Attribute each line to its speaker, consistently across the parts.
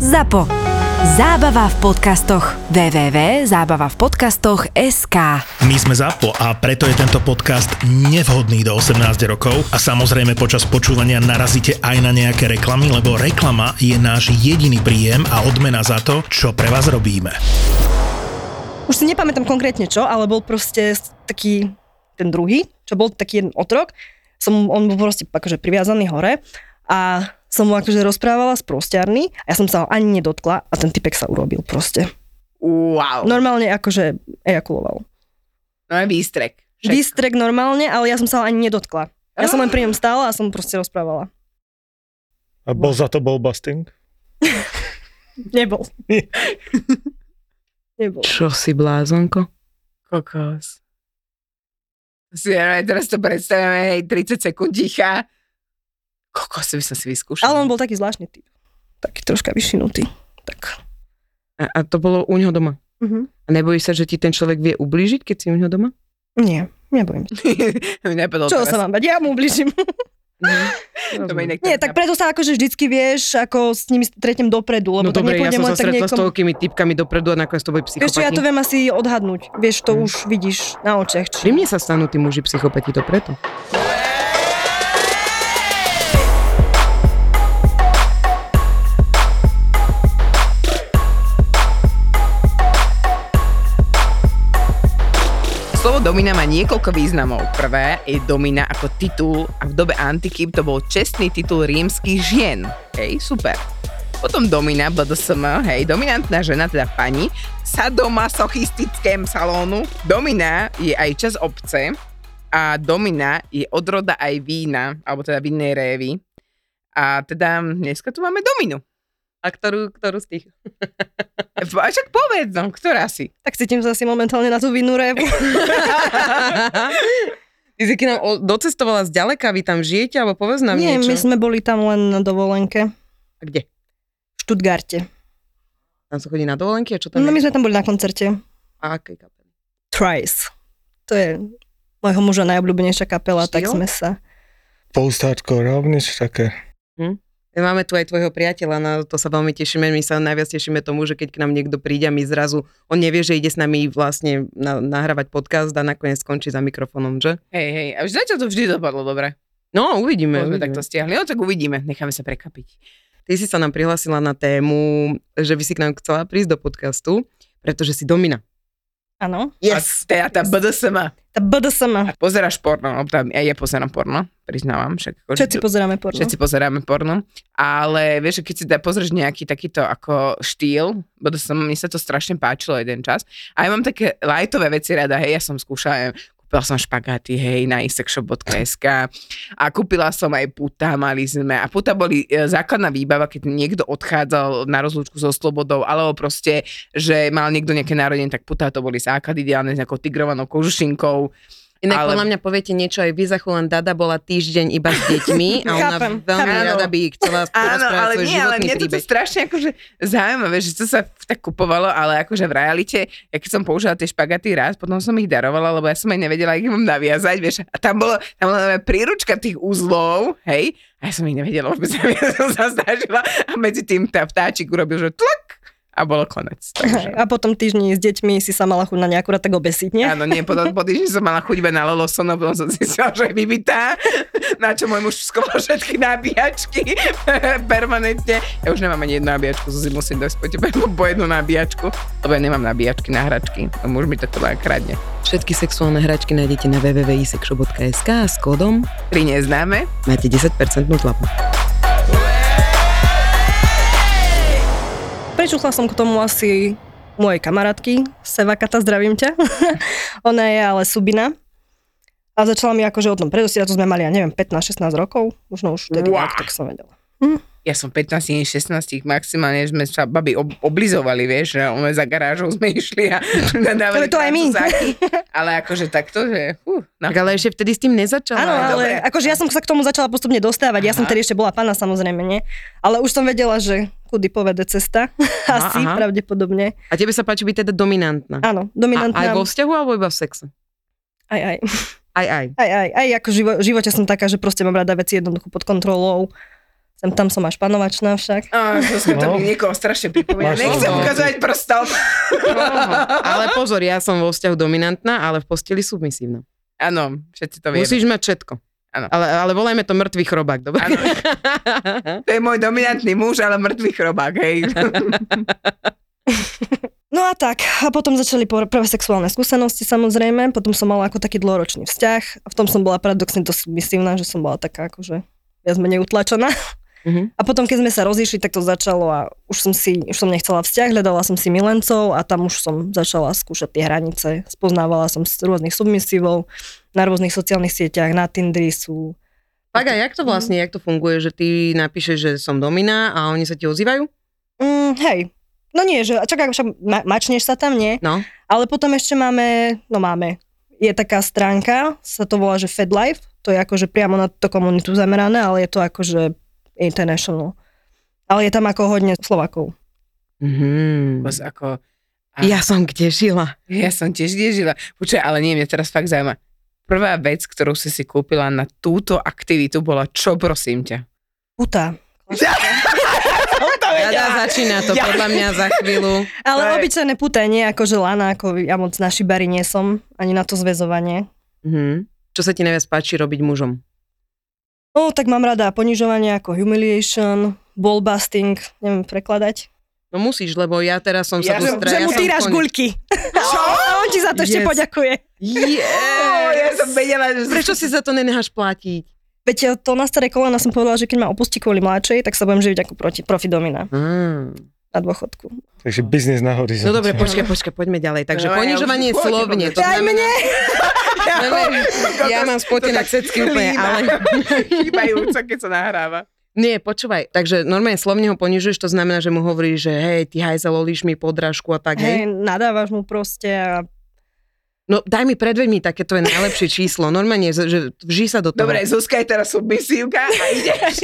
Speaker 1: ZAPO. Zábava v podcastoch. www.zábavavpodcastoch.sk
Speaker 2: My sme ZAPO a preto je tento podcast nevhodný do 18 rokov a samozrejme počas počúvania narazíte aj na nejaké reklamy, lebo reklama je náš jediný príjem a odmena za to, čo pre vás robíme.
Speaker 3: už si nepamätám konkrétne čo, ale bol proste s- taký ten druhý, čo bol taký jeden otrok, som, on bol proste akože priviazaný hore a som mu akože rozprávala z prostiarny a ja som sa ho ani nedotkla a ten typek sa urobil proste.
Speaker 4: Wow. No,
Speaker 3: Normálne akože ejakuloval.
Speaker 4: no je výstrek. Však.
Speaker 3: Distrek normálne, ale ja som sa ho ani nedotkla. Ja som len pri ňom stála a som proste rozprávala.
Speaker 5: A bol za to bol busting?
Speaker 3: Nebol. Nebol.
Speaker 6: Čo si blázonko?
Speaker 4: Kokos. Si, ja, teraz to predstavíme, hej, 30 sekúnd ticha. Kokos by som si vyskúšala.
Speaker 3: Ale on bol taký zvláštny typ. Taký troška vyšinutý. Tak.
Speaker 6: A, a to bolo u neho doma.
Speaker 3: Mhm.
Speaker 6: A nebojíš sa, že ti ten človek vie ublížiť, keď si u neho doma?
Speaker 3: Nie, nebojím. sa.
Speaker 4: Nepadol
Speaker 3: Čo
Speaker 4: teraz.
Speaker 3: sa mám bať? Ja mu ubližím.
Speaker 6: Mhm.
Speaker 4: To ma inak
Speaker 3: Nie, tak preto sa akože vždycky vieš, ako s nimi stretnem dopredu, lebo
Speaker 6: No
Speaker 3: tak
Speaker 6: dobre, ja
Speaker 3: nepôjdem
Speaker 6: som
Speaker 3: len
Speaker 6: sa
Speaker 3: tak
Speaker 6: stretla s
Speaker 3: niekomu.
Speaker 6: toľkými typkami dopredu a nakoniec to boli
Speaker 3: Vieš čo,
Speaker 6: psychopati.
Speaker 3: ja to viem asi odhadnúť. Vieš,
Speaker 6: Mhm.
Speaker 3: to už vidíš na očiach.
Speaker 6: Pri
Speaker 3: Či...
Speaker 6: mne sa stanú tí muži psychopati, to preto.
Speaker 4: Slovo domina má niekoľko významov. Prvé je domina ako titul a v dobe antiky to bol čestný titul rímskych žien. Hej, super. Potom domina, BDSM, hej, dominantná žena, teda pani, sadomasochistickém salónu. Domina je aj čas obce a domina je odroda aj vína, alebo teda vinnej révy. A teda dneska tu máme dominu.
Speaker 6: A ktorú, ktorú z tých?
Speaker 4: A však povedz, no, ktorá si?
Speaker 3: Tak cítim sa asi momentálne na tú vinnú révu.
Speaker 6: Ty si k nám o- docestovala zďaleka, vy tam žijete, alebo povedz nám
Speaker 3: Nie, my
Speaker 6: niečo.
Speaker 3: sme boli tam len na dovolenke
Speaker 6: A kde?
Speaker 3: v Štutgarte.
Speaker 6: Tam sa chodí na dovolenky a čo tam
Speaker 3: No my
Speaker 6: je?
Speaker 3: sme tam boli na koncerte.
Speaker 6: A akej kapely?
Speaker 3: Trice. To je môjho muža najobľúbenejšia kapela, tak
Speaker 6: Štýl?
Speaker 3: sme sa...
Speaker 5: Post-hardcore, alebo niečo také.
Speaker 6: Máme tu aj tvojho priateľa, na to sa veľmi tešíme. My sa najviac tešíme tomu, že keď k nám niekto príde a my zrazu, on nevie, že ide s nami vlastne na, nahrávať podcast a nakoniec skončí za mikrofónom, že?
Speaker 4: Hej, hej, a zatiaľ to vždy dopadlo dobre.
Speaker 6: No, uvidíme.
Speaker 4: Sme
Speaker 6: uvidíme.
Speaker 4: takto stiahli, no tak uvidíme, necháme sa prekapiť.
Speaker 6: Ty si sa nám prihlasila na tému, že by si k nám chcela prísť do podcastu, pretože si domina.
Speaker 3: Áno.
Speaker 4: Yes. A teda tá BDSM.
Speaker 3: Tá BDSM.
Speaker 4: A pozeráš porno, lebo tam aj ja pozerám porno, priznávam. Však ako,
Speaker 3: Všetci pozeráme porno.
Speaker 4: všetci pozeráme porno. Ale vieš, že keď si da, pozrieš nejaký takýto ako štýl, BDSM, mne sa to strašne páčilo jeden čas. A ja mám také lajtové veci rada, hej, ja som skúšala, ja kúpila som špagáty, hej, na isexshop.sk a kúpila som aj puta, mali sme. A puta boli e, základná výbava, keď niekto odchádzal na rozlúčku so slobodou, alebo proste, že mal niekto nejaké národenie, tak puta to boli základ ideálne s nejakou tigrovanou kožušinkou.
Speaker 6: Inak
Speaker 4: Ale-
Speaker 6: podľa mňa poviete niečo aj vy za chulen Dada bola týždeň iba s deťmi a ona
Speaker 3: Chápem,
Speaker 6: veľmi
Speaker 3: chápem.
Speaker 6: rada by chcela
Speaker 4: Áno,
Speaker 6: porozprávať
Speaker 4: ale
Speaker 6: svoj
Speaker 4: nie, ale
Speaker 6: životný
Speaker 4: mne toto
Speaker 6: príbeh.
Speaker 4: strašne akože zaujímavé, že to sa tak kupovalo, ale akože v realite, ja keď som použila tie špagaty raz, potom som ich darovala, lebo ja som aj nevedela, ich mám naviazať, vieš, a tam bolo, tam bola normálne príručka tých uzlov, hej, a ja som ich nevedela vôbec naviazať, som sa snažila a medzi tým tá vtáčik urobil, že tlak a bolo konec. Takže,
Speaker 3: A potom týždni s deťmi si sa mala chuť na nejakú tak obesiť, nie?
Speaker 4: Áno, nie, potom po týždni som mala chuť iba na Lolosono, potom som zistila, že je vybitá, na čo môj muž skoval všetky nabíjačky permanentne. Ja už nemám ani jednu nabíjačku, Zuzi musím dosť po tebe po jednu nabíjačku, lebo ja nemám nabíjačky na hračky, a muž mi to teda kradne.
Speaker 6: Všetky sexuálne hračky nájdete na www.isexshop.sk a s kódom
Speaker 4: Tri neznáme,
Speaker 6: máte 10% tlapu.
Speaker 3: Prečuchla som k tomu asi mojej kamarátky, Sevakata, zdravím ťa. Ona je ale subina. A začala mi akože o tom predostierať, to sme mali, ja neviem, 15-16 rokov, možno už vtedy,
Speaker 4: Wow.
Speaker 3: wow. tak som vedela.
Speaker 4: ja som 15, nie 16, maximálne sme sa babi ob- oblizovali, vieš, že ono za garážou sme išli a nadávali
Speaker 3: Ale to aj my.
Speaker 4: francúzáky. Ale akože takto, že... Uh, na...
Speaker 6: Tak ale ešte vtedy s tým nezačala.
Speaker 3: Áno,
Speaker 4: dobre.
Speaker 3: ale akože ja som sa k tomu začala postupne dostávať, ja som
Speaker 4: Aha.
Speaker 3: tedy ešte bola pana samozrejme, nie? Ale už som vedela, že kudy povede cesta, asi
Speaker 6: aha.
Speaker 3: pravdepodobne.
Speaker 6: A tebe sa páči byť teda dominantná.
Speaker 3: Áno,
Speaker 6: A, aj
Speaker 3: dominantná.
Speaker 6: vo vzťahu, alebo iba v sexe?
Speaker 3: aj, aj.
Speaker 6: Aj, aj.
Speaker 3: Aj, aj, aj ako živo, v živote som taká, že proste mám rada veci jednoducho pod kontrolou Sem tam som až panovačná však.
Speaker 4: Á, Zuzka, to
Speaker 5: No.
Speaker 4: mi niekoho strašne pripomína.
Speaker 5: Máš
Speaker 4: Nechcem
Speaker 5: pravdu.
Speaker 4: ukazovať prstom.
Speaker 6: Ale pozor, ja som vo vzťahu dominantná, ale v posteli submisívna.
Speaker 4: Áno, všetci to vieme.
Speaker 6: Musíš mať všetko.
Speaker 4: Áno.
Speaker 6: Ale, ale volajme to mŕtvý chrobák, dobre?
Speaker 4: Áno. To je môj dominantný muž, ale mŕtvý chrobák, hej.
Speaker 3: No a tak, a potom začali por- prvé sexuálne skúsenosti samozrejme, potom som mala ako taký dlhoročný vzťah a v tom som bola paradoxne dosť misívna, že som bola taká akože viac menej utlačená.
Speaker 6: Mhm.
Speaker 3: A potom, keď sme sa rozišli, tak to začalo a už som si, už som nechcela vzťah, hľadala som si milencov a tam už som začala skúšať tie hranice. Spoznávala som z rôznych submisívov, na rôznych sociálnych sieťach, na Tindri sú.
Speaker 6: Tak a jak to vlastne, jak to funguje, že ty napíšeš, že som domina a oni sa ti ozývajú?
Speaker 3: Mm, hej, no nie, že čaká, však ma- mačneš sa tam, nie?
Speaker 6: No.
Speaker 3: Ale potom ešte máme, no máme, je taká stránka, sa to volá, že FedLife, to je akože priamo na túto komunitu zamerané, ale je to akože international. Ale je tam ako hodne Slovakov.
Speaker 6: Mm-hmm.
Speaker 4: Bos, ako,
Speaker 6: Ja som kde žila.
Speaker 4: ja som tiež nežila. Počkaj, ale nie, mňa teraz fakt zaujíma. Prvá vec, ktorú si si kúpila na túto aktivitu bola čo, prosím ťa?
Speaker 3: Puta.
Speaker 6: Rada začína to
Speaker 4: Ja.
Speaker 6: podľa mňa za chvíľu.
Speaker 3: Ale
Speaker 4: Hej.
Speaker 3: obyčajné puta, nie akože lana, ako ja moc na šibari nie som, ani na to zväzovanie.
Speaker 6: Mhm. Čo sa ti najviac páči robiť mužom?
Speaker 3: No, tak mám rada ponižovanie ako humiliation, ballbusting, neviem prekladať.
Speaker 6: No musíš, lebo ja teraz som sa
Speaker 4: Ja
Speaker 6: tu
Speaker 4: som-
Speaker 6: stra-
Speaker 3: že mu
Speaker 6: som
Speaker 3: týraš
Speaker 6: kon-
Speaker 3: guľky. Čo? A on ti za to ešte
Speaker 6: Yes.
Speaker 3: poďakuje.
Speaker 4: Oh, ja som
Speaker 6: Yes.
Speaker 4: vedela, že...
Speaker 6: Prečo si za to nenáš platiť?
Speaker 3: Veď e, to na staré kolena som povedala, že keď ma opustí kvôli mladšej, tak sa budem živiť ako proti, profi domina
Speaker 6: Mm.
Speaker 3: na dôchodku.
Speaker 5: Takže biznis na horizonte.
Speaker 6: No dobre, počkaj, počkaj, poďme ďalej. Takže
Speaker 4: No, ja
Speaker 6: ponižovanie
Speaker 4: už-
Speaker 6: slovne. To
Speaker 3: Daj mne!
Speaker 6: Ja, ja mám spotené všetky úplne, ale...
Speaker 4: Chýbajúco, keď sa nahráva.
Speaker 6: Nie, počúvaj. Takže normálne slovne ho ponižuješ, to znamená, že mu hovoríš, že hej, ty hajzel, olíš mi podrážku a tak, hej.
Speaker 3: Hej, nadávaš mu proste a
Speaker 6: No daj mi, predveď mi také tvoje najlepšie číslo. Normálne, že že vži sa do toho.
Speaker 4: Dobre, Zuzka je teraz submisívka a ideš.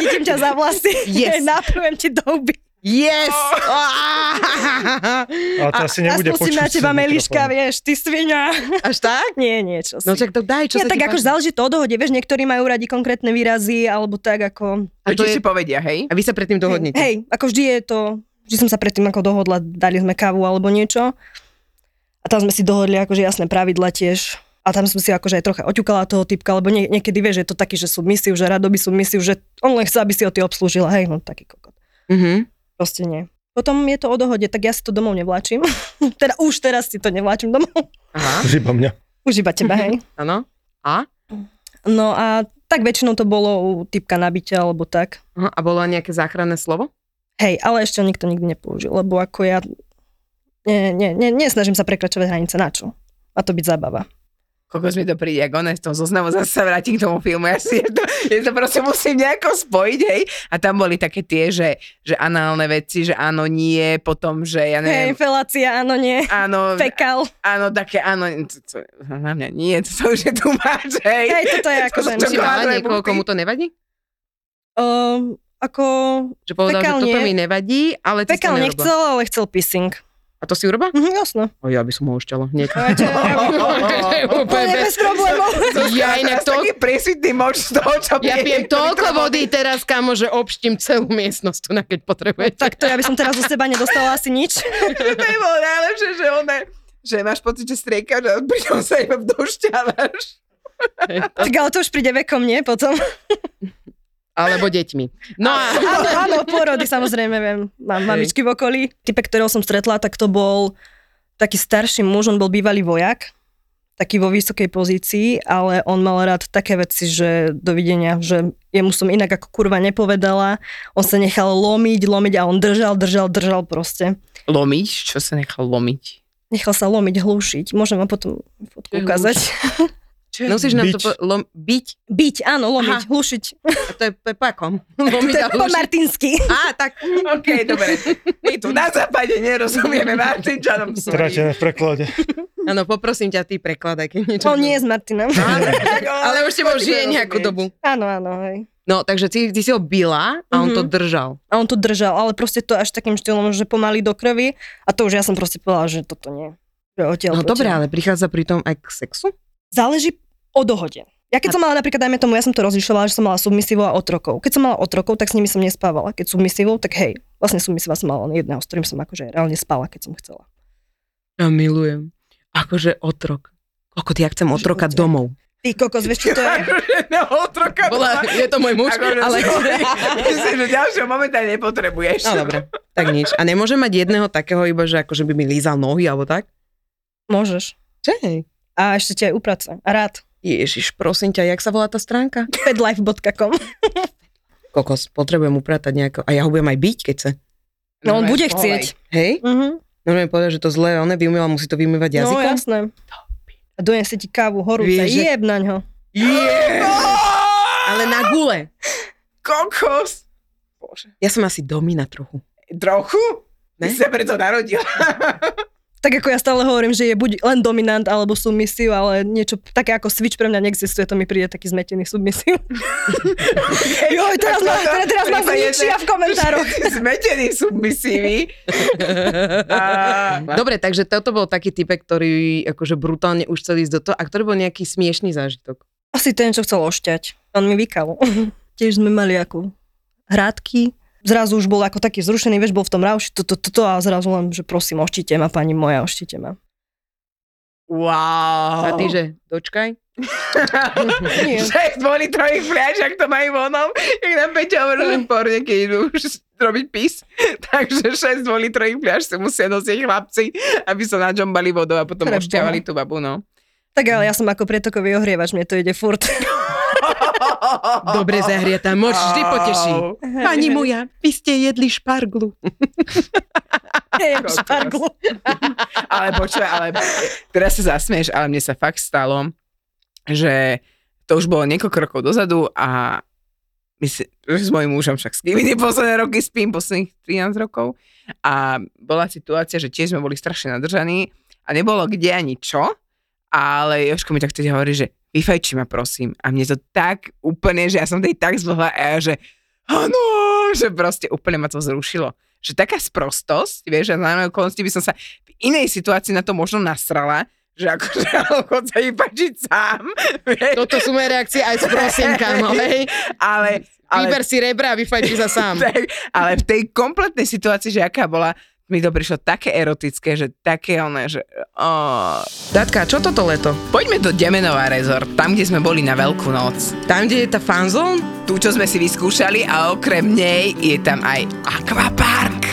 Speaker 3: chytím ťa za vlasy,
Speaker 6: Yes.
Speaker 3: naprujem ti do huby.
Speaker 6: Yes!
Speaker 3: Oh.
Speaker 5: Ale to asi nebude
Speaker 3: a spustím
Speaker 5: počuť
Speaker 3: na teba
Speaker 5: cez
Speaker 3: meliška,
Speaker 5: mikrofón.
Speaker 3: vieš, ty svinia.
Speaker 6: Až tak?
Speaker 3: Nie, niečo si.
Speaker 6: No tak to daj, čo
Speaker 3: ja
Speaker 6: sa
Speaker 3: tak
Speaker 6: ti
Speaker 3: akože
Speaker 6: páči.
Speaker 3: záleží to o dohode, vieš, niektorí majú radi konkrétne výrazy, alebo tak ako...
Speaker 4: A to
Speaker 6: to je-
Speaker 4: si povedia, hej?
Speaker 6: A vy sa predtým dohodnite.
Speaker 3: Hej, ako vždy je to, vždy som sa predtým ako dohodla, dali sme kávu alebo niečo. A tam sme si dohodli akože jasné pravidla tiež. A tam som si akože aj trocha oťukala toho typka, lebo nie, niekedy vieš, že je to taký, že submisív, že radoby submisív, že on len chce, aby si ho ty obslúžila. Hej, no taký kokot.
Speaker 6: Mhm.
Speaker 3: Proste nie. Potom je to o dohode, tak ja si to domov nevláčim. teda už teraz si to nevláčim domov.
Speaker 6: Aha,
Speaker 5: Už iba mňa.
Speaker 3: Už iba teba, hej.
Speaker 6: áno. A?
Speaker 3: No a tak väčšinou to bolo u typka nabitia alebo tak.
Speaker 6: Aha, A bolo aj nejaké záchranné slovo?
Speaker 3: Hej, ale ešte ho nikto nikdy nepoužil, lebo ako ja nie, nie, nie, nesnažím sa prekračovať hranice, na čo? A to byť zábava.
Speaker 4: Kokos mi to príde, ak ona v tom zoznamu zase sa vráti k tomu filmu. Ja si to, ja to proste musím nejako spojiť, hej? A tam boli také tie, že, že análne veci, že áno, nie, potom, že ja
Speaker 3: Hej,
Speaker 4: neviem...
Speaker 3: felácia, áno, nie.
Speaker 4: Áno,
Speaker 3: Fekal.
Speaker 4: áno, také, áno, to, to, na mňa nie, to, to už je tu máš, hej.
Speaker 3: Hej, toto je ako...
Speaker 4: To sú
Speaker 3: ten-
Speaker 6: Čo si mala
Speaker 4: Čokoládové
Speaker 6: niekoho,
Speaker 4: buty.
Speaker 6: komu to nevadí?
Speaker 3: Ehm, ako...
Speaker 6: Že povedal,
Speaker 3: Fekál
Speaker 6: že toto
Speaker 3: nie.
Speaker 6: mi nevadí, ale ty si to
Speaker 3: Fekal
Speaker 6: nerobila.
Speaker 3: nechcel, ale chcel pissing.
Speaker 6: A to si urobila?
Speaker 3: Mhm, jasno.
Speaker 6: O, No, ja by som ho ošťala hneď.
Speaker 4: To je
Speaker 3: Úplne bez problémov.
Speaker 6: Ja inak
Speaker 4: to...
Speaker 6: to...
Speaker 4: Taký prísvitný moč z toho, čo
Speaker 6: Ja
Speaker 4: pije.
Speaker 6: pijem toľko vody teraz, kamo, že obštím celú miestnosť tu, na keď potrebujete.
Speaker 3: Tak to ja by som teraz od seba nedostala asi nič.
Speaker 4: to je bolo najlepšie, že ona že máš pocit, že striekaš a pritom sa iba vdošťávaš.
Speaker 3: Tak ale to už príde vekom, nie? Potom.
Speaker 6: Alebo deťmi. No a...
Speaker 3: Áno, áno, porody samozrejme, viem. Mám mamičky v okolí. Type, ktorého som stretla, tak to bol taký starší muž, on bol bývalý vojak, taký vo vysokej pozícii, ale on mal rád také veci, že dovidenia, že jemu som inak ako kurva nepovedala, on sa nechal lomiť, lomiť a on držal, držal, držal proste.
Speaker 4: Lomiť? Čo sa nechal lomiť?
Speaker 3: Nechal sa lomiť, hlušiť. Môžem vám potom fotku
Speaker 6: Čo je
Speaker 3: ukázať.
Speaker 4: Čo
Speaker 6: Musíš nám to
Speaker 5: Byť.
Speaker 6: po, lom, byť.
Speaker 3: Byť, áno, lomiť, hlušiť.
Speaker 6: A to je pepakom.
Speaker 3: To je po martinsky.
Speaker 6: Á, tak.
Speaker 4: OK, dobre. My tu na západe nerozumieme Martinčanom svojim.
Speaker 5: Stratené v preklade.
Speaker 6: Áno, poprosím ťa, ty prekladaj, keď niečo...
Speaker 3: On nie je s Martinom.
Speaker 6: Ale už s tebou žije nejakú dobu.
Speaker 3: Áno, áno, hej.
Speaker 6: No, takže ty, ty si ho bila a on to držal.
Speaker 3: A on to držal, ale proste to až takým štýlom, že pomaly do krvi. A to už ja som proste povedala, že toto nie. Že odtiaľ
Speaker 6: No
Speaker 3: po
Speaker 6: dobre,
Speaker 3: tiaľ.
Speaker 6: ale prichádza pri tom aj k sexu?
Speaker 3: Záleží o dohode. Ja keď som mala napríklad, dajme tomu, ja som to rozlišovala, že som mala submisívou a otrokov. Keď som mala otrokov, tak s nimi som nespávala. Keď submisívou, tak hej, vlastne submisíva som mala len jedného, s ktorým som akože reálne spala, keď som chcela.
Speaker 6: Ja milujem. Akože otrok. Kokot, ja chcem otroka
Speaker 3: Živote.
Speaker 6: domov.
Speaker 3: Ty kokos, vieš čo to je?
Speaker 4: Na otroka.
Speaker 6: Bola, je to môj muž,
Speaker 4: Akože,
Speaker 6: ale...
Speaker 4: sorry. Myslím, že ďalšieho momenta nepotrebuješ.
Speaker 6: No dobre, tak nič. A nemôžem mať jedného takého iba, že akože by mi lízal nohy alebo tak?
Speaker 3: Môžeš.
Speaker 6: Čej.
Speaker 3: A ešte ti aj uprace. A rád.
Speaker 6: Ježiš, prosím ťa, jak sa volá tá stránka?
Speaker 3: Fedlife.com.
Speaker 6: Kokos, potrebujem upratať nejako. A ja ho budem aj byť, keď sa.
Speaker 3: No on
Speaker 4: Normálne
Speaker 3: bude
Speaker 4: volej.
Speaker 3: chcieť.
Speaker 6: Hej?
Speaker 3: Mhm.
Speaker 6: Normálne povedať, že to zlé, on vyumýva, musí to vymývať
Speaker 3: No
Speaker 6: jazykom?
Speaker 3: jasné. A donesie ti kávu horúca.
Speaker 6: Vieš, že-
Speaker 3: Jeb na ňo.
Speaker 6: Yeah! Ale na gule.
Speaker 4: Kokos. Bože.
Speaker 6: Ja som asi domina trochu.
Speaker 4: Trochu?
Speaker 6: Ne?
Speaker 4: Ne? Ty sa preto narodil.
Speaker 3: Tak ako ja stále hovorím, že je buď len dominant alebo submisív, ale niečo také ako switch pre mňa neexistuje, to mi príde taký zmetený submisív. Joj, teraz ma, teraz, teraz ma zničia v komentároch.
Speaker 4: Zmetený submisívy. A...
Speaker 6: Dobre, takže toto bol taký typek, ktorý akože brutálne už chcel ísť do toho a ktorý bol nejaký smiešný zážitok.
Speaker 3: Asi ten, čo chcel ošťať. On mi vykal. Tiež sme mali ako hrádky. Zrazu už bol ako taký zrušený, vieš, bol v tom rauši, toto, toto a zrazu len, že prosím, oštite ma, pani moja, oštite ma.
Speaker 4: Wow.
Speaker 6: A ty, že dočkaj.
Speaker 3: Nie.
Speaker 4: Šest boli trojich fľaš, ak to majú vonom. Jak nám Peťa hovoril, že v porne, keď idú už robiť pis. Takže šest boli trojich fľaš si musia nosiť chlapci, aby sa nadžombali vodou a potom
Speaker 3: Pre
Speaker 4: ošťavali tú babu, no.
Speaker 3: Tak ale ja som ako pretokový ohrievač, mne to ide furt.
Speaker 6: Dobre zahriatá, moč vždy poteší. Pani moja, vy ste jedli šparglu.
Speaker 3: Ja šparglu.
Speaker 4: ale počuj, ale teraz sa zasmieš, ale mne sa fakt stalo, že to už bolo niekoľko rokov dozadu a my si, s mojím mužom však s kým iný posledné roky spím, posledných 13 rokov a bola situácia, že tiež sme boli strašne nadržaní a nebolo kde ani čo, ale Joško mi tak vtedy hovorí, že vyfajči ma prosím a mne to tak úplne, že ja som tej tak zblhla a ja, že áno, že proste úplne ma to zrušilo. Že taká sprostosť, vieš, že na okolnosti by som sa v inej situácii na to možno nasrala, že akože chod sa vypačiť sám, vieš,
Speaker 7: Toto sú moje reakcie aj s prosinkám, hej.
Speaker 4: ale, ale
Speaker 7: Vyber si rebra a vyfajči sa sám.
Speaker 4: tak, ale v tej kompletnej situácii, že aká bola, mi to prišlo také erotické, že také oné, že... Oh.
Speaker 6: Datka, čo toto leto?
Speaker 4: Poďme do Demenová rezort, tam, kde sme boli na Veľkú noc.
Speaker 6: Tam, kde je tá fanzón?
Speaker 4: Tu, čo sme si vyskúšali a okrem nej je tam aj akvapark.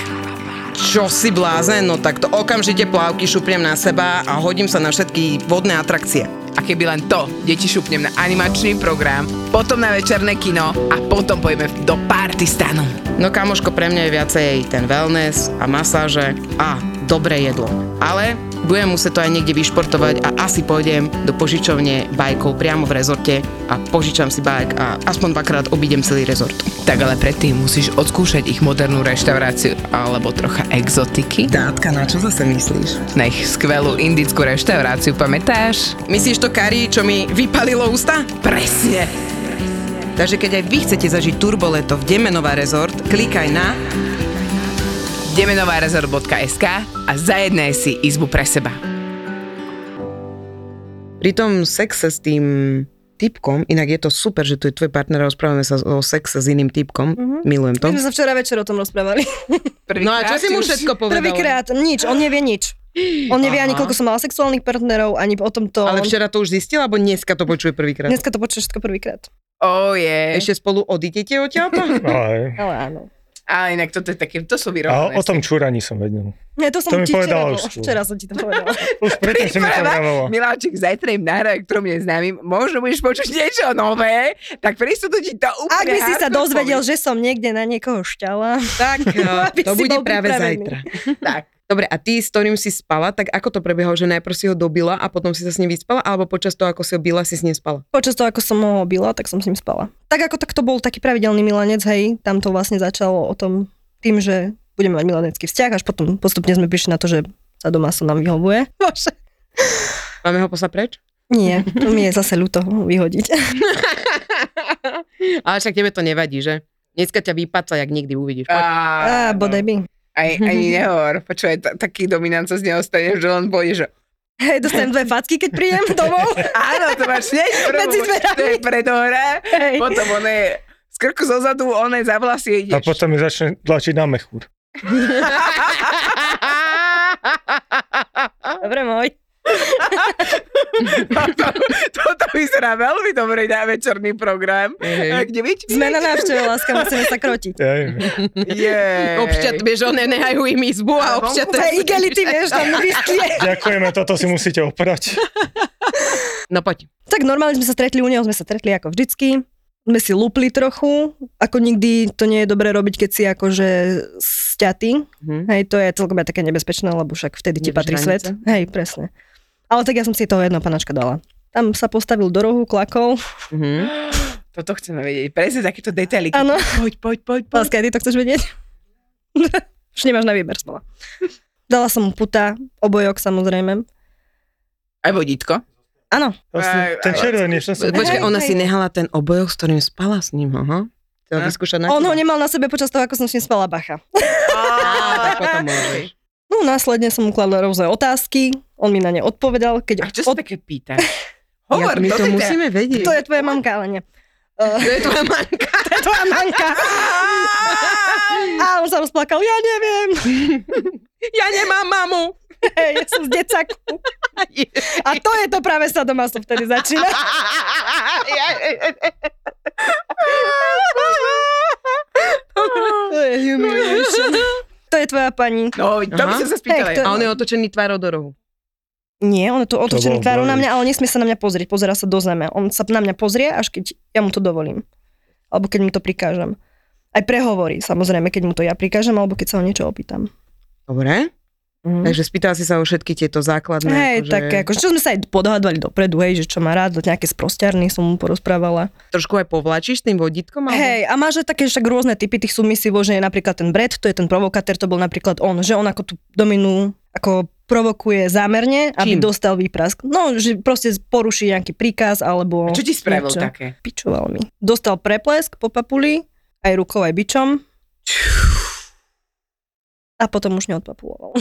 Speaker 6: Čo si blázen? No tak to okamžite plávky šupnem na seba a hodím sa na všetky vodné atrakcie.
Speaker 4: A keby len to, deti šupnem na animačný program, potom na večerné kino a potom pojeme do party stanu.
Speaker 7: No kamoško, pre mňa je viacej ten wellness a masáže a dobré jedlo. Ale budem musieť to aj niekde vyšportovať a asi pôjdem do požičovne bajkov priamo v rezorte a požičam si bajk a aspoň dvakrát obídem celý rezort.
Speaker 4: Tak ale predtým musíš odskúšať ich modernú reštauráciu alebo trocha exotiky.
Speaker 6: Dátka, na čo zase myslíš?
Speaker 4: Nech skvelú indickú reštauráciu, pamätáš?
Speaker 6: Myslíš to kari, čo mi vypalilo ústa?
Speaker 4: Presne.
Speaker 6: Takže keď aj vy chcete zažiť turboleto v Demenová rezort, klikaj na
Speaker 4: Demenovarezort.sk a zajednaj si izbu pre seba.
Speaker 6: Pri tom sexe s tým typkom, inak je to super, že tu je tvoj partner a rozprávame sa o sexe s iným typkom, mm-hmm. milujem to.
Speaker 3: My sme sa včera večer o tom rozprávali.
Speaker 4: Prvý
Speaker 7: No a čo si mu všetko povedala?
Speaker 3: Prvýkrát nič, on nevie nič. On nevie ani, koľko som mala sexuálnych partnerov, ani o tomto. On-
Speaker 6: Ale včera to už zistila, alebo dneska to počuje prvýkrát?
Speaker 3: Dneska to počuješ všetko prvýkrát.
Speaker 4: Oh, je.
Speaker 6: Ešte spolu odídete odtiaľto?
Speaker 5: Ale,
Speaker 3: Ale áno.
Speaker 4: Ale inak toto je také, to sú vyrovnané.
Speaker 5: ale o tom čúraní som vedel.
Speaker 3: Nie, to som
Speaker 5: To mi
Speaker 3: ti včera,
Speaker 5: povedala
Speaker 3: bol-
Speaker 5: už tu.
Speaker 3: včera som ti to povedala.
Speaker 5: Už predtým si mi to
Speaker 4: Príprava.
Speaker 5: vravela.
Speaker 4: Miláček, zajtra im nahrajú, ktorom neznámym. Možno budeš počuť niečo nové, tak prístup ti to úplne
Speaker 3: Ak by si sa
Speaker 4: hardcore
Speaker 3: dozvedel, že som niekde na niekoho šťala.
Speaker 6: tak, eh,
Speaker 3: Aby
Speaker 6: to
Speaker 3: si
Speaker 6: bude
Speaker 3: bol
Speaker 6: práve
Speaker 3: pripravený.
Speaker 6: zajtra.
Speaker 4: Tak.
Speaker 6: Dobre, a ty, s ktorým si spala, tak ako to prebiehalo, že najprv si ho dobila a potom si sa s ním vyspala, alebo počas toho, ako si ho bila, si s ním spala?
Speaker 3: Počas toho, ako som ho obila, tak som s ním spala. Tak ako tak to bol taký pravidelný milanec, hej, tam to vlastne začalo o tom, tým, že budeme mať milanecký vzťah, až potom postupne sme prišli na to, že sa doma sa nám vyhovuje. Bože.
Speaker 6: Máme ho poslať preč?
Speaker 3: Nie, to mi je zase ľúto ho vyhodiť.
Speaker 7: Ale však tebe to nevadí, že? Dneska ťa vypáca, jak nikdy uvidíš.
Speaker 4: Á,
Speaker 3: Á, bodaj by.
Speaker 4: Aj, ani nehovor, počúvaj, ta- taký dominant sa z neho stane, že on povie, že
Speaker 3: Hej, dostanem dve facky, keď príjem domov.
Speaker 4: Áno, to máš hneď prvú,
Speaker 3: Medzi dverami.
Speaker 4: to je predohra,
Speaker 3: Hej.
Speaker 4: potom on je z krku zozadu, on je za vlasy a ideš.
Speaker 5: A potom mi začne tlačiť na mechúr.
Speaker 3: Dobre, môj.
Speaker 4: Toto, toto vyzerá veľmi dobrý na večerný program. A kde byť?
Speaker 3: Sme na návšteve, láska, musíme sa krotiť.
Speaker 5: Ja,
Speaker 4: Yeah.
Speaker 6: Obšťat, vieš, one nehajú im izbu a
Speaker 4: Vonku
Speaker 6: obšťat...
Speaker 3: To je igelity, vieš, tam vysklie.
Speaker 5: ďakujeme, toto si musíte oprať.
Speaker 6: No poď.
Speaker 3: Tak normálne sme sa stretli u neho, sme sa stretli ako vždycky. Sme si lúpli trochu, ako nikdy to nie je dobré robiť, keď si akože sťatý.
Speaker 6: Mhm.
Speaker 3: Hej, to je celkom aj také nebezpečné, lebo však vtedy ti
Speaker 6: Nevíš
Speaker 3: patrí svet.
Speaker 6: hranice.
Speaker 3: Hej, presne. Ale tak ja som si toho jedno panačka dala. Tam sa postavil do rohu klakov.
Speaker 6: Mhm.
Speaker 4: Toto chceme vedieť. Presne takéto detaily.
Speaker 3: Áno.
Speaker 4: Poď, poď, poď, poď.
Speaker 3: Láska, aj ty to chceš vedieť? Už nemáš na výber smola. Dala som mu puta, obojok samozrejme.
Speaker 4: Aj vodítko.
Speaker 3: Áno,
Speaker 5: Vlastne, ten červený, čo som...
Speaker 3: Hej,
Speaker 6: Počkaj, ona
Speaker 3: hej.
Speaker 6: si nehala ten obojok, s ktorým spala s ním, aha. Chcela
Speaker 4: Á.
Speaker 6: vyskúšať na
Speaker 3: on ho
Speaker 6: teba.
Speaker 3: nemal na sebe počas toho, ako som s ním spala bacha.
Speaker 6: Á, tak potom môžeš.
Speaker 3: No následne som mu kladla rôzne otázky, on mi na ne odpovedal,
Speaker 4: A
Speaker 3: keď...
Speaker 4: čo
Speaker 3: od-
Speaker 4: sa také pýtaš? Hovor,
Speaker 6: My
Speaker 4: to teda-
Speaker 6: to musíme vedieť.
Speaker 3: To je tvoja mamka, ale nie. Uh,
Speaker 6: To je tvoja manka.
Speaker 3: to je tvoja mamka. A on sa rozplakal, ja neviem.
Speaker 6: Ja nemám mamu.
Speaker 3: Hej, ja som z decaku. A to je to práve sa doma som vtedy začína. To je humiliation. To je tvoja pani.
Speaker 4: No, to by
Speaker 6: Aha.
Speaker 4: som sa spýtala. No.
Speaker 3: Hej, to-
Speaker 6: A on je otočený tvárou do rohu.
Speaker 3: Nie, on je tu otočený
Speaker 5: bol
Speaker 3: tvárou na
Speaker 5: boj.
Speaker 3: mňa, ale nesmie sa na mňa pozrieť, pozera sa do zeme. On sa na mňa pozrie, až keď ja mu to dovolím. Alebo keď mu to prikážem. Aj prehovorí, samozrejme, keď mu to ja prikážem, alebo keď sa ho niečo opýtam.
Speaker 6: Dobre.
Speaker 3: Mhm.
Speaker 6: Takže spýtala si sa o všetky tieto základné.
Speaker 3: Hej,
Speaker 6: akože-
Speaker 3: tak akože čo sme sa aj podhadovali dopredu, hej, že čo má rád, nejaké sprostiarny som mu porozprávala.
Speaker 6: Trošku aj povlačíš tým vodítkom? alebo-
Speaker 3: Hej, a máš aj také však rôzne typy tých submisívov, že je napríklad ten Brett, to je ten provokatér, to bol napríklad on, že on ako tú dominu, ako provokuje zámerne, aby
Speaker 6: Čím?
Speaker 3: dostal výprask. No, že proste poruší nejaký príkaz, alebo...
Speaker 4: Čo ti spravil
Speaker 3: niečo.
Speaker 4: také?
Speaker 3: Pičoval mi. Dostal preplesk po papuli, aj rukou, aj bičom. A potom už neodpapuloval.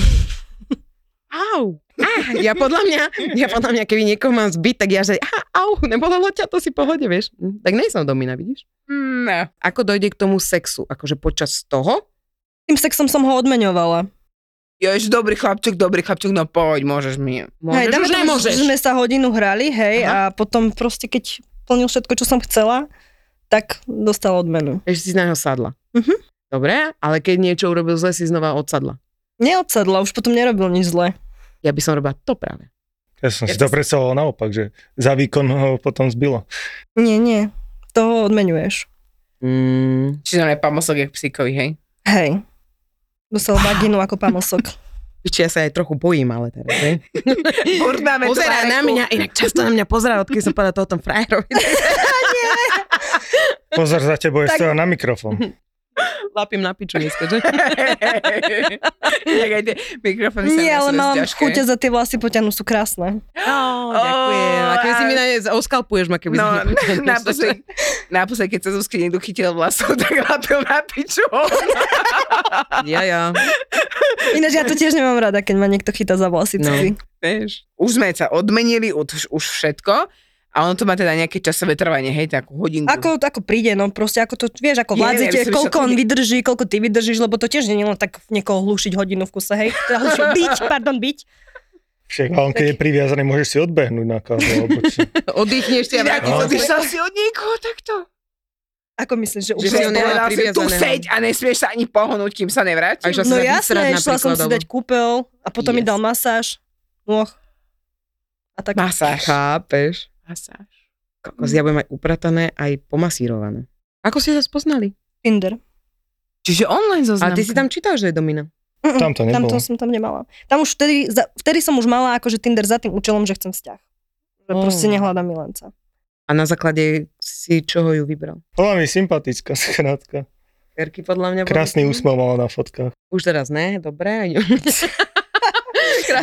Speaker 6: Au. Ah, ja podľa mňa, ja podľa mňa, keby niekoho mám zbyť, tak ja že, ah, au, nebolo ťa, to si v pohode, vieš. Hm, Tak nejsem domina, vidíš?
Speaker 4: Mm, No.
Speaker 6: Ako dojde k tomu sexu? Akože počas toho?
Speaker 3: Tým sexom som ho odmeňovala.
Speaker 4: Jož, dobrý chlapček, dobrý chlapček, no poď, môžeš mi.
Speaker 6: Môžeš,
Speaker 3: dáme
Speaker 6: už
Speaker 3: tomu,
Speaker 6: nemôžeš.
Speaker 3: že sme sa hodinu hrali, hej, a
Speaker 6: Aha.
Speaker 3: potom proste keď plnil všetko, čo som chcela, tak dostal odmenu.
Speaker 6: Ešte si z neho sadla.
Speaker 3: Mhm.
Speaker 6: Dobre, ale keď niečo urobil zle, si znova odsadla.
Speaker 3: Neodsadla, už potom nerobil nič zle.
Speaker 6: Ja by som robila to práve.
Speaker 5: Ja som si to predstavoval naopak, že za výkon ho potom zbilo.
Speaker 3: Nie, nie, toho odmenuješ.
Speaker 6: Mm,
Speaker 4: Čiže on je pamosok jak psíkovi, hej?
Speaker 3: Hej. Dostal vaginu ako pamosok.
Speaker 6: či ja sa aj trochu bojím, ale teraz, hej.
Speaker 4: Urdáme
Speaker 6: Pozerá na mňa, inak často na mňa pozerá, odkedy som povedala toto frajerovi.
Speaker 5: Pozor, za tebou je
Speaker 3: Tak-
Speaker 5: stoja na mikrofón.
Speaker 6: Lapím na piču dneska, že?
Speaker 4: Tak aj tie mikrofóny sa
Speaker 3: Nie,
Speaker 4: na
Speaker 3: ale
Speaker 4: sebe
Speaker 3: mám
Speaker 4: zťažké.
Speaker 3: chute za tie vlasy poťanú, sú krásne.
Speaker 6: Oh, ďakujem. A keby si mi na ne oskalpuješ ma, keby
Speaker 4: No,
Speaker 6: si mi potiahol.
Speaker 4: naposled, naposled, keď sa Zuzky niekto chytil vlasov, tak lapil na piču.
Speaker 6: Ja, ja.
Speaker 3: Ináč ja to tiež nemám rada, keď ma niekto chytá za vlasy.
Speaker 6: No.
Speaker 3: cudzí.
Speaker 4: Vieš. Už sme sa odmenili, už, už všetko. A ono to má teda nejaké časové trvanie, hej, takú hodinku.
Speaker 3: Ako, ako príde, no proste ako to, vieš, ako
Speaker 4: Je, ja
Speaker 3: vládzete,
Speaker 4: myslím, že
Speaker 3: koľko
Speaker 4: to-
Speaker 3: on vydrží, koľko ty vydržíš, lebo to tiež nie je len tak niekoho hlušiť hodinu v kuse, hej. Teda hlušiť, byť, pardon, byť.
Speaker 5: Však, a on keď je priviazaný, môžeš si odbehnúť na kávu. Alebo čo.
Speaker 6: Oddychneš si a
Speaker 4: Inak,
Speaker 6: vrátiš
Speaker 5: No.
Speaker 6: sa.
Speaker 4: ty sa si od niekoho takto.
Speaker 3: Ako myslíš, že
Speaker 6: Že
Speaker 4: Že
Speaker 3: už...
Speaker 6: si ho
Speaker 4: on
Speaker 6: nemá
Speaker 4: povedal si, tu
Speaker 6: priviazaného.
Speaker 4: seď a nesmieš sa ani pohnúť, kým sa
Speaker 6: A
Speaker 4: nevrátim.
Speaker 6: išla
Speaker 3: No
Speaker 6: sa vysrať
Speaker 3: jasne, išla som si
Speaker 6: napríklad,
Speaker 3: dať kúpel a potom mi
Speaker 6: Yes.
Speaker 3: dal masáž. Nôh. A tak...
Speaker 4: Masáž.
Speaker 6: Chápeš?
Speaker 4: Masáž.
Speaker 6: Kokos, ja budem aj upratané, aj pomasírované. Ako ste sa spoznali?
Speaker 3: Tinder.
Speaker 4: Čiže online
Speaker 6: A
Speaker 4: zoznamka.
Speaker 6: ty si tam čítal, že je domina.
Speaker 3: Mm,
Speaker 5: Tam to
Speaker 3: Tam to
Speaker 5: nebolo.
Speaker 3: som tam nemala. Tam už vtedy, za, vtedy som už mala akože Tinder za tým účelom, že chcem vzťah. Že
Speaker 5: Mm.
Speaker 6: Oh.
Speaker 3: proste nehľadám milenca.
Speaker 6: A na základe si čoho ju vybral?
Speaker 5: Bola mi sympatická, skrátka.
Speaker 6: Kerky podľa mňa. boli.
Speaker 5: Krásny úsmev mala na fotkách.
Speaker 6: Už teraz ne, dobre.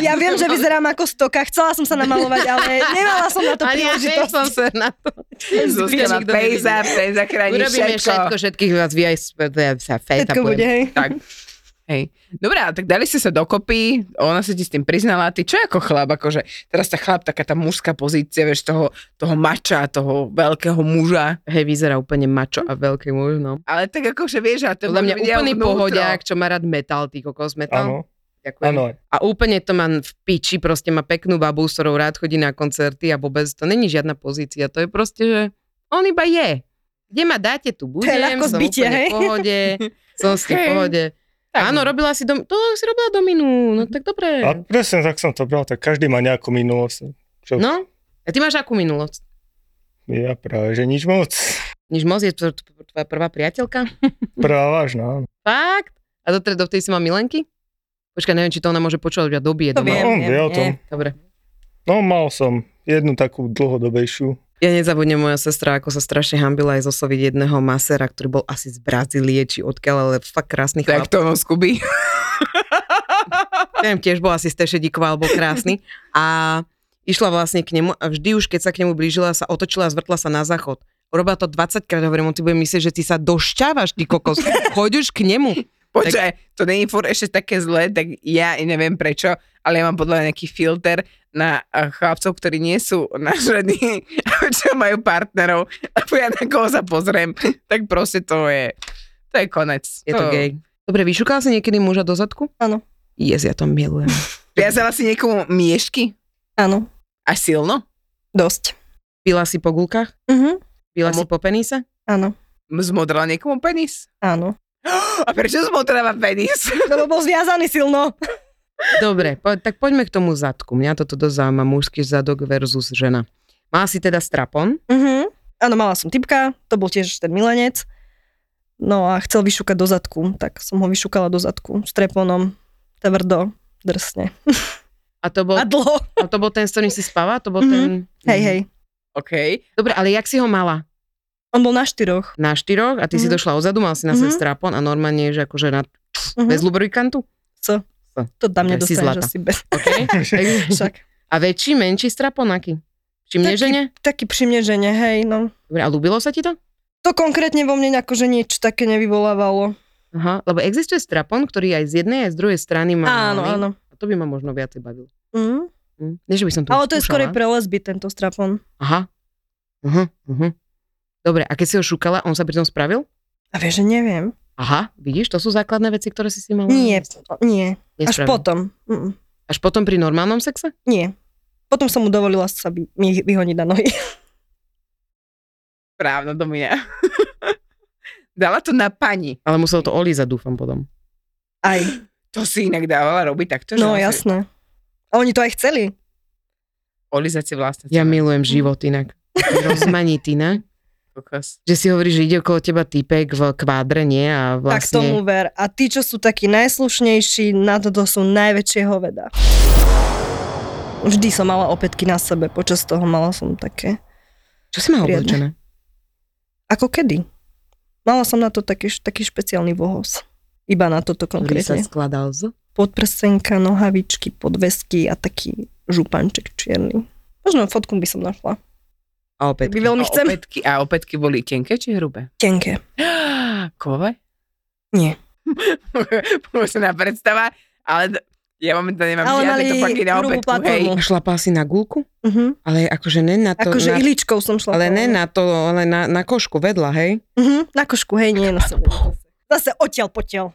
Speaker 3: Ja viem, že vyzerám ako stoka, chcela som sa namalovať, ale nemala som na to
Speaker 6: Ani ja nie
Speaker 3: príležitosť.
Speaker 6: som sa na to.
Speaker 4: Zuzka má
Speaker 6: Nikto nevidí.
Speaker 4: pejza, ten zachráni
Speaker 6: Urobíme
Speaker 4: všetko.
Speaker 6: všetko, všetkých vás vy aj sa
Speaker 3: Všetko bude, hej.
Speaker 4: Tak. Hej. Dobre, a tak dali ste sa dokopy, ona sa ti s tým priznala, ty čo ako chlap, akože teraz tá chlap, taká tá mužská pozícia, vieš, toho, toho mača, toho veľkého muža,
Speaker 6: Hej, vyzerá úplne mačo a veľký muž, no.
Speaker 4: ale tak akože vieš, a to
Speaker 6: Podľa mňa
Speaker 4: ľudia
Speaker 6: úplný
Speaker 4: vnútro.
Speaker 6: pohodiak, čo má rád metal, ty kokos,
Speaker 3: No,
Speaker 6: metal.
Speaker 5: Áno,
Speaker 6: Ďakujem.
Speaker 5: áno.
Speaker 6: A úplne to má v piči, proste má peknú babu, s ktorou rád chodí na koncerty a vôbec to není žiadna pozícia. To je proste, že on iba je. Kde ma dáte, tu budem,
Speaker 3: ľahko
Speaker 6: som
Speaker 3: zbytie,
Speaker 6: úplne
Speaker 3: hej? no.
Speaker 6: v pohode, som s tým v
Speaker 4: Hej.
Speaker 6: pohode.
Speaker 4: Tak.
Speaker 6: Áno, robila si dom... To si robila dominu, no tak dobre.
Speaker 5: A presne tak som to bral, tak každý má nejakú minulosť.
Speaker 6: No, a ty máš akú minulosť?
Speaker 5: Ja práve, že nič moc.
Speaker 6: Niž moc je to tvoja prvá priateľka?
Speaker 5: Prvá vážna, áno.
Speaker 6: Fakt? A do, do tej si mal milenky? Počkaj, neviem, či to ona môže počúvať, ja dobije
Speaker 3: To
Speaker 6: doma.
Speaker 3: viem,
Speaker 5: on
Speaker 3: viem,
Speaker 5: No, vie o tom.
Speaker 6: Dobre.
Speaker 5: No mal som jednu takú dlhodobejšiu.
Speaker 6: Ja nezabudnem moja sestra, ako sa strašne hambila aj zosoviť jedného masera, ktorý bol asi z Brazílie, či odkiaľ, ale fakt krásny
Speaker 4: Tak
Speaker 6: chlap.
Speaker 4: to no, Skuby.
Speaker 6: Neviem, tiež bol asi z Tešedíkova, alebo krásny. A išla vlastne k nemu a vždy už, keď sa k nemu blížila, sa otočila a zvrtla sa na záchod. Robila to 20 krát, hovorím, on si bude myslieť, že ty sa došťávaš, ty kokos. Choď už k nemu.
Speaker 4: Počkaj, to není furt ešte také zlé, tak ja i neviem prečo, ale ja mám podľa mňa nejaký filter na eh, chlapcov, ktorí nie sú nažrení, čo majú partnerov. A ja na koho sa pozriem, tak proste to je, to je konec.
Speaker 6: Je to gej. Dobre, vyšukala si niekedy muža do zadku?
Speaker 3: Áno.
Speaker 6: Yes, ja to milujem.
Speaker 4: Viazala si niekomu miešky?
Speaker 3: Áno,
Speaker 4: A silno?
Speaker 3: dosť.
Speaker 6: Pila si po gulkách?
Speaker 3: Mhm,
Speaker 6: Pila
Speaker 4: A
Speaker 6: si
Speaker 4: mo-
Speaker 6: po penise?
Speaker 3: áno,
Speaker 4: Zmodrala niekomu penis?
Speaker 3: áno.
Speaker 4: A prečo zmodráva penis?
Speaker 3: Lebo bol zviazaný silno.
Speaker 6: Dobre, po, tak poďme k tomu zadku. Mňa toto dosť zaujíma, mužský zadok versus žena. Má si teda strapon,
Speaker 3: Mhm. Áno, mala som typka, to bol tiež ten milenec. No a chcel vyšúkať do zadku, tak som ho vyšúkala do zadku s treponom, tvrdo, drsne.
Speaker 6: a to bol,
Speaker 3: A dlho.
Speaker 6: a to bol ten, s ktorým si spáva? To bol
Speaker 3: Mhm.
Speaker 6: ten...
Speaker 3: Hej, hej.
Speaker 4: OK.
Speaker 6: Dobre, ale jak si ho mala?
Speaker 3: On bol na štyroch.
Speaker 6: Na štyroch a ty si
Speaker 3: Mhm.
Speaker 6: došla odzadu, mal si na sebe
Speaker 3: Mhm.
Speaker 6: strapon a normálne, že akože na...
Speaker 3: Mhm.
Speaker 6: Bez lubrikantu?
Speaker 3: To tam
Speaker 6: Tak si
Speaker 3: nedostaneš
Speaker 6: zlata.
Speaker 3: asi bez.
Speaker 6: Okay.
Speaker 3: Však.
Speaker 6: a väčší, menší strapon aký? Či mne
Speaker 3: Taký-
Speaker 6: žene?
Speaker 3: Taký primeženie, hej, no.
Speaker 6: Dobre, a ľúbilo sa ti to?
Speaker 3: To konkrétne vo mne akože nič také nevyvolávalo.
Speaker 6: Aha, lebo existuje strapon, ktorý aj z jednej, aj z druhej strany má...
Speaker 3: Áno, áno.
Speaker 6: A to by ma možno viacej bavilo.
Speaker 3: Mm.
Speaker 6: Hm? Nie, že by som to
Speaker 3: Ale to je
Speaker 6: skúšala.
Speaker 3: skorej pre lesby, tento strapon.
Speaker 6: Aha. Uh-huh,
Speaker 3: Mhm,
Speaker 6: uh-huh. Dobre, a keď si ho šukala, on sa pri tom spravil?
Speaker 3: A vieš, že neviem.
Speaker 6: Aha, vidíš, to sú základné veci, ktoré si si mala.
Speaker 3: Nie, nie. Až
Speaker 6: Nespravil.
Speaker 3: potom. Mm,
Speaker 6: Až potom pri normálnom sexe?
Speaker 3: nie. Potom som mu dovolila sa by, mi ich vyhoniť na nohy.
Speaker 4: Správno do mňa. Dala to na pani.
Speaker 6: Ale musel to olízať, dúfam, potom.
Speaker 3: Aj.
Speaker 4: To si inak dávala robiť takto, že
Speaker 3: No
Speaker 4: ona si
Speaker 3: jasné. A oni to aj chceli.
Speaker 4: olizať si vlastne.
Speaker 6: Ja
Speaker 4: celé.
Speaker 6: milujem život inak. Rozmanitý, ne?
Speaker 4: Kokos.
Speaker 6: Že si hovoríš, že ide okolo teba typek v kvádre, nie? A
Speaker 3: Vlastne. Tak tomu
Speaker 6: vlastne...
Speaker 3: ver. A tí, čo sú takí najslušnejší, na toto sú najväčšie hoveda. Vždy som mala opätky na sebe, počas toho mala som také.
Speaker 6: Čo si mal
Speaker 3: Riadne.
Speaker 6: oblečené?
Speaker 3: Ako kedy? Mala som na to taký, taký špeciálny vohoz. Iba na toto
Speaker 6: Ktorý sa
Speaker 3: konkrétne.
Speaker 6: skladal z...
Speaker 3: Podprsenka, nohavičky, podvesky a taký županček čierny. Možno fotku by som našla.
Speaker 6: A
Speaker 3: By
Speaker 6: opäť.
Speaker 3: veľmi
Speaker 4: a
Speaker 3: chcem.
Speaker 4: Opätky, a opätky boli tenké či hrubé?
Speaker 3: Tenké.
Speaker 4: Kove?
Speaker 3: Nie.
Speaker 4: Pomôžná predstava, ale d- ja momentálne nemám
Speaker 3: Ale
Speaker 4: žiadne
Speaker 3: mali
Speaker 4: topaky na
Speaker 3: hrubú
Speaker 4: opätku, hej.
Speaker 3: platformu.
Speaker 6: A šlapal si na gulku?
Speaker 3: Uh-huh.
Speaker 6: Ale akože ne na to...
Speaker 3: Akože
Speaker 6: na...
Speaker 3: ihličkou som šla. po-
Speaker 6: Ale ne na to, ale na, na košku vedľa, hej?
Speaker 3: Mhm, na košku, hej, nie na sebe. Zase odtiaľ potiaľ.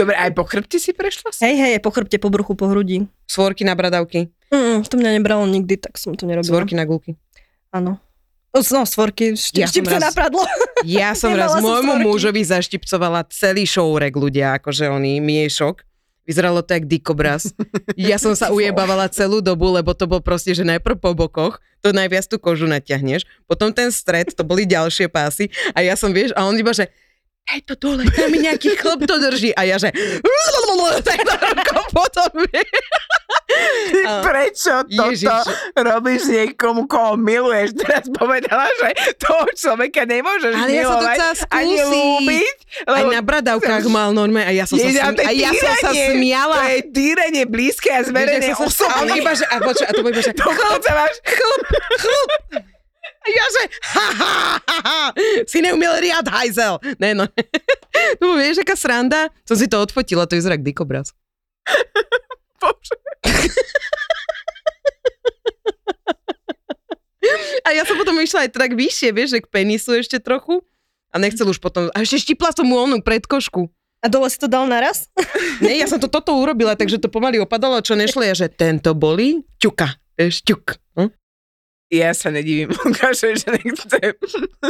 Speaker 4: Dobre, aj po chrbte si prešla? si?
Speaker 3: Hej, hej, po chrbte, po bruchu, po hrudi.
Speaker 6: Svorky na bradavky,
Speaker 3: Mm, to mňa nebralo nikdy, tak som to nerobila.
Speaker 6: svorky na gulky.
Speaker 3: Áno. No, no svorky, šti, ja
Speaker 6: Ja som
Speaker 3: štipce
Speaker 6: raz-
Speaker 3: na pradlo.
Speaker 6: Ja som
Speaker 3: Nemala
Speaker 6: raz
Speaker 3: som
Speaker 6: môjmu
Speaker 3: svorky.
Speaker 6: mužovi zaštipcovala celý showrek ľudia, akože oný miešok. Vyzeralo to jak dikobraz. Ja som sa ujebávala celú dobu, lebo to bol proste, že najprv po bokoch, to najviac tú kožu natiahneš, potom ten stred, to boli ďalšie pásy a ja som, vieš, a on iba, že daj to dole, tam mi nejaký chlop to drží a ja, že takto rukou potom, vieš.
Speaker 4: Ty
Speaker 6: A-
Speaker 4: prečo toto
Speaker 6: Ježiš.
Speaker 4: robíš niekomu, koho miluješ? Teraz povedala, že toho človeka nemôžeš
Speaker 6: Ale ja som to
Speaker 4: milovať
Speaker 6: chcela
Speaker 4: ani
Speaker 6: skúsiť.
Speaker 4: ľúbiť.
Speaker 6: Aj
Speaker 4: lebo
Speaker 6: na bradavkách
Speaker 4: Chceš-
Speaker 6: mal normálne a ja som sa,
Speaker 4: Ježiš, ale
Speaker 6: smi-
Speaker 4: to je
Speaker 6: a ja som sa
Speaker 4: týranie.
Speaker 6: smiala.
Speaker 4: To je týranie blízke a
Speaker 6: Vieš, jak
Speaker 4: zverejné
Speaker 6: som sa- A on
Speaker 4: osobné.
Speaker 6: iba, že, a počkaj, a to bolo iba, že
Speaker 4: Dokonca máš
Speaker 6: chlop, chlop. A ja že, ha, ha, ha, ha, si neumiel riad, hajzel. Ne, no. no vieš, aká sranda? Som si to odfotila, to vyzerá jak dikobraz.
Speaker 4: Bože.
Speaker 6: A ja som potom išla aj tak vyššie, vieš, že k penisu ešte trochu. A nechcel už potom, a ešte štipla som mu onú predkošku.
Speaker 3: A dole si to dal naraz?
Speaker 6: Ne, ja som to toto urobila, takže to pomaly opadalo, čo nešlo, ja že tento boli, ťuka, vieš, ťuk. Hm?
Speaker 4: Ja sa nedivím, ukáže, že nechce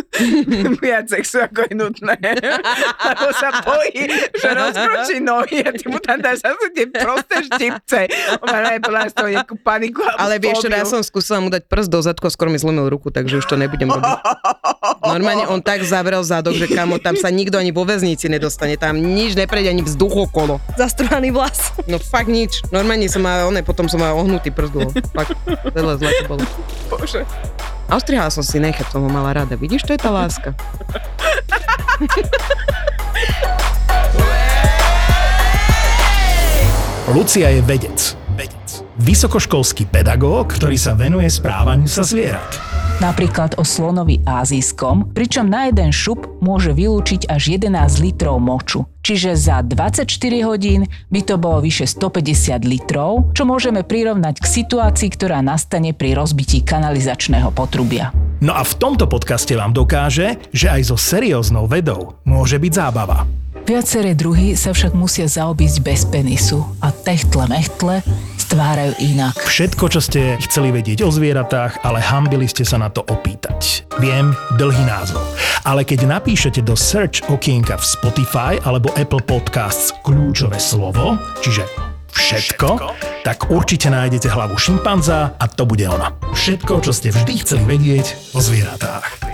Speaker 4: viac sexu ako je nutné. Lebo sa bojí, že rozkročí nohy a ty mu tam dáš zase tie prosté štipce. On má najprv z toho nejakú paniku alebo
Speaker 6: Ale vieš,
Speaker 4: fóbiu.
Speaker 6: raz som skúsila mu dať prst do zadku a skoro mi zlomil ruku, takže už to nebudem robiť. Normálne on tak zavrel zadok, že kamo, tam sa nikto ani vo väznici nedostane, tam nič neprejde, ani vzduch okolo.
Speaker 3: Zastruhaný vlas.
Speaker 6: No fakt nič. Normálne som mal, one, potom som mal ohnutý prst bol. Fakt, veľa zle to bolo.
Speaker 4: Bože.
Speaker 6: Austrihala som si nechať, som ho mala rada. Vidíš, to je tá láska.
Speaker 2: Lucia je vedec. Vedec. Vysokoškolský pedagóg, ktorý sa venuje správaniu sa zvierat.
Speaker 8: napríklad o slonovi azijskom, pričom na jeden šup môže vylúčiť až 11 litrov moču. Čiže za 24 hodín by to bolo vyše 150 litrov, čo môžeme prirovnať k situácii, ktorá nastane pri rozbití kanalizačného potrubia.
Speaker 2: No a v tomto podcaste vám dokáže, že aj so serióznou vedou môže byť zábava.
Speaker 8: Viaceré druhy sa však musia zaobísť bez penisu a techtle mechtle stvárajú inak.
Speaker 2: Všetko, čo ste chceli vedieť o zvieratách, ale hambili ste sa na to opýtať. Viem, dlhý názov. Ale keď napíšete do search okienka v Spotify alebo Apple Podcasts kľúčové slovo, čiže všetko, tak určite nájdete hlavu šimpanza a to bude ona. Všetko, čo ste vždy chceli vedieť o zvieratách.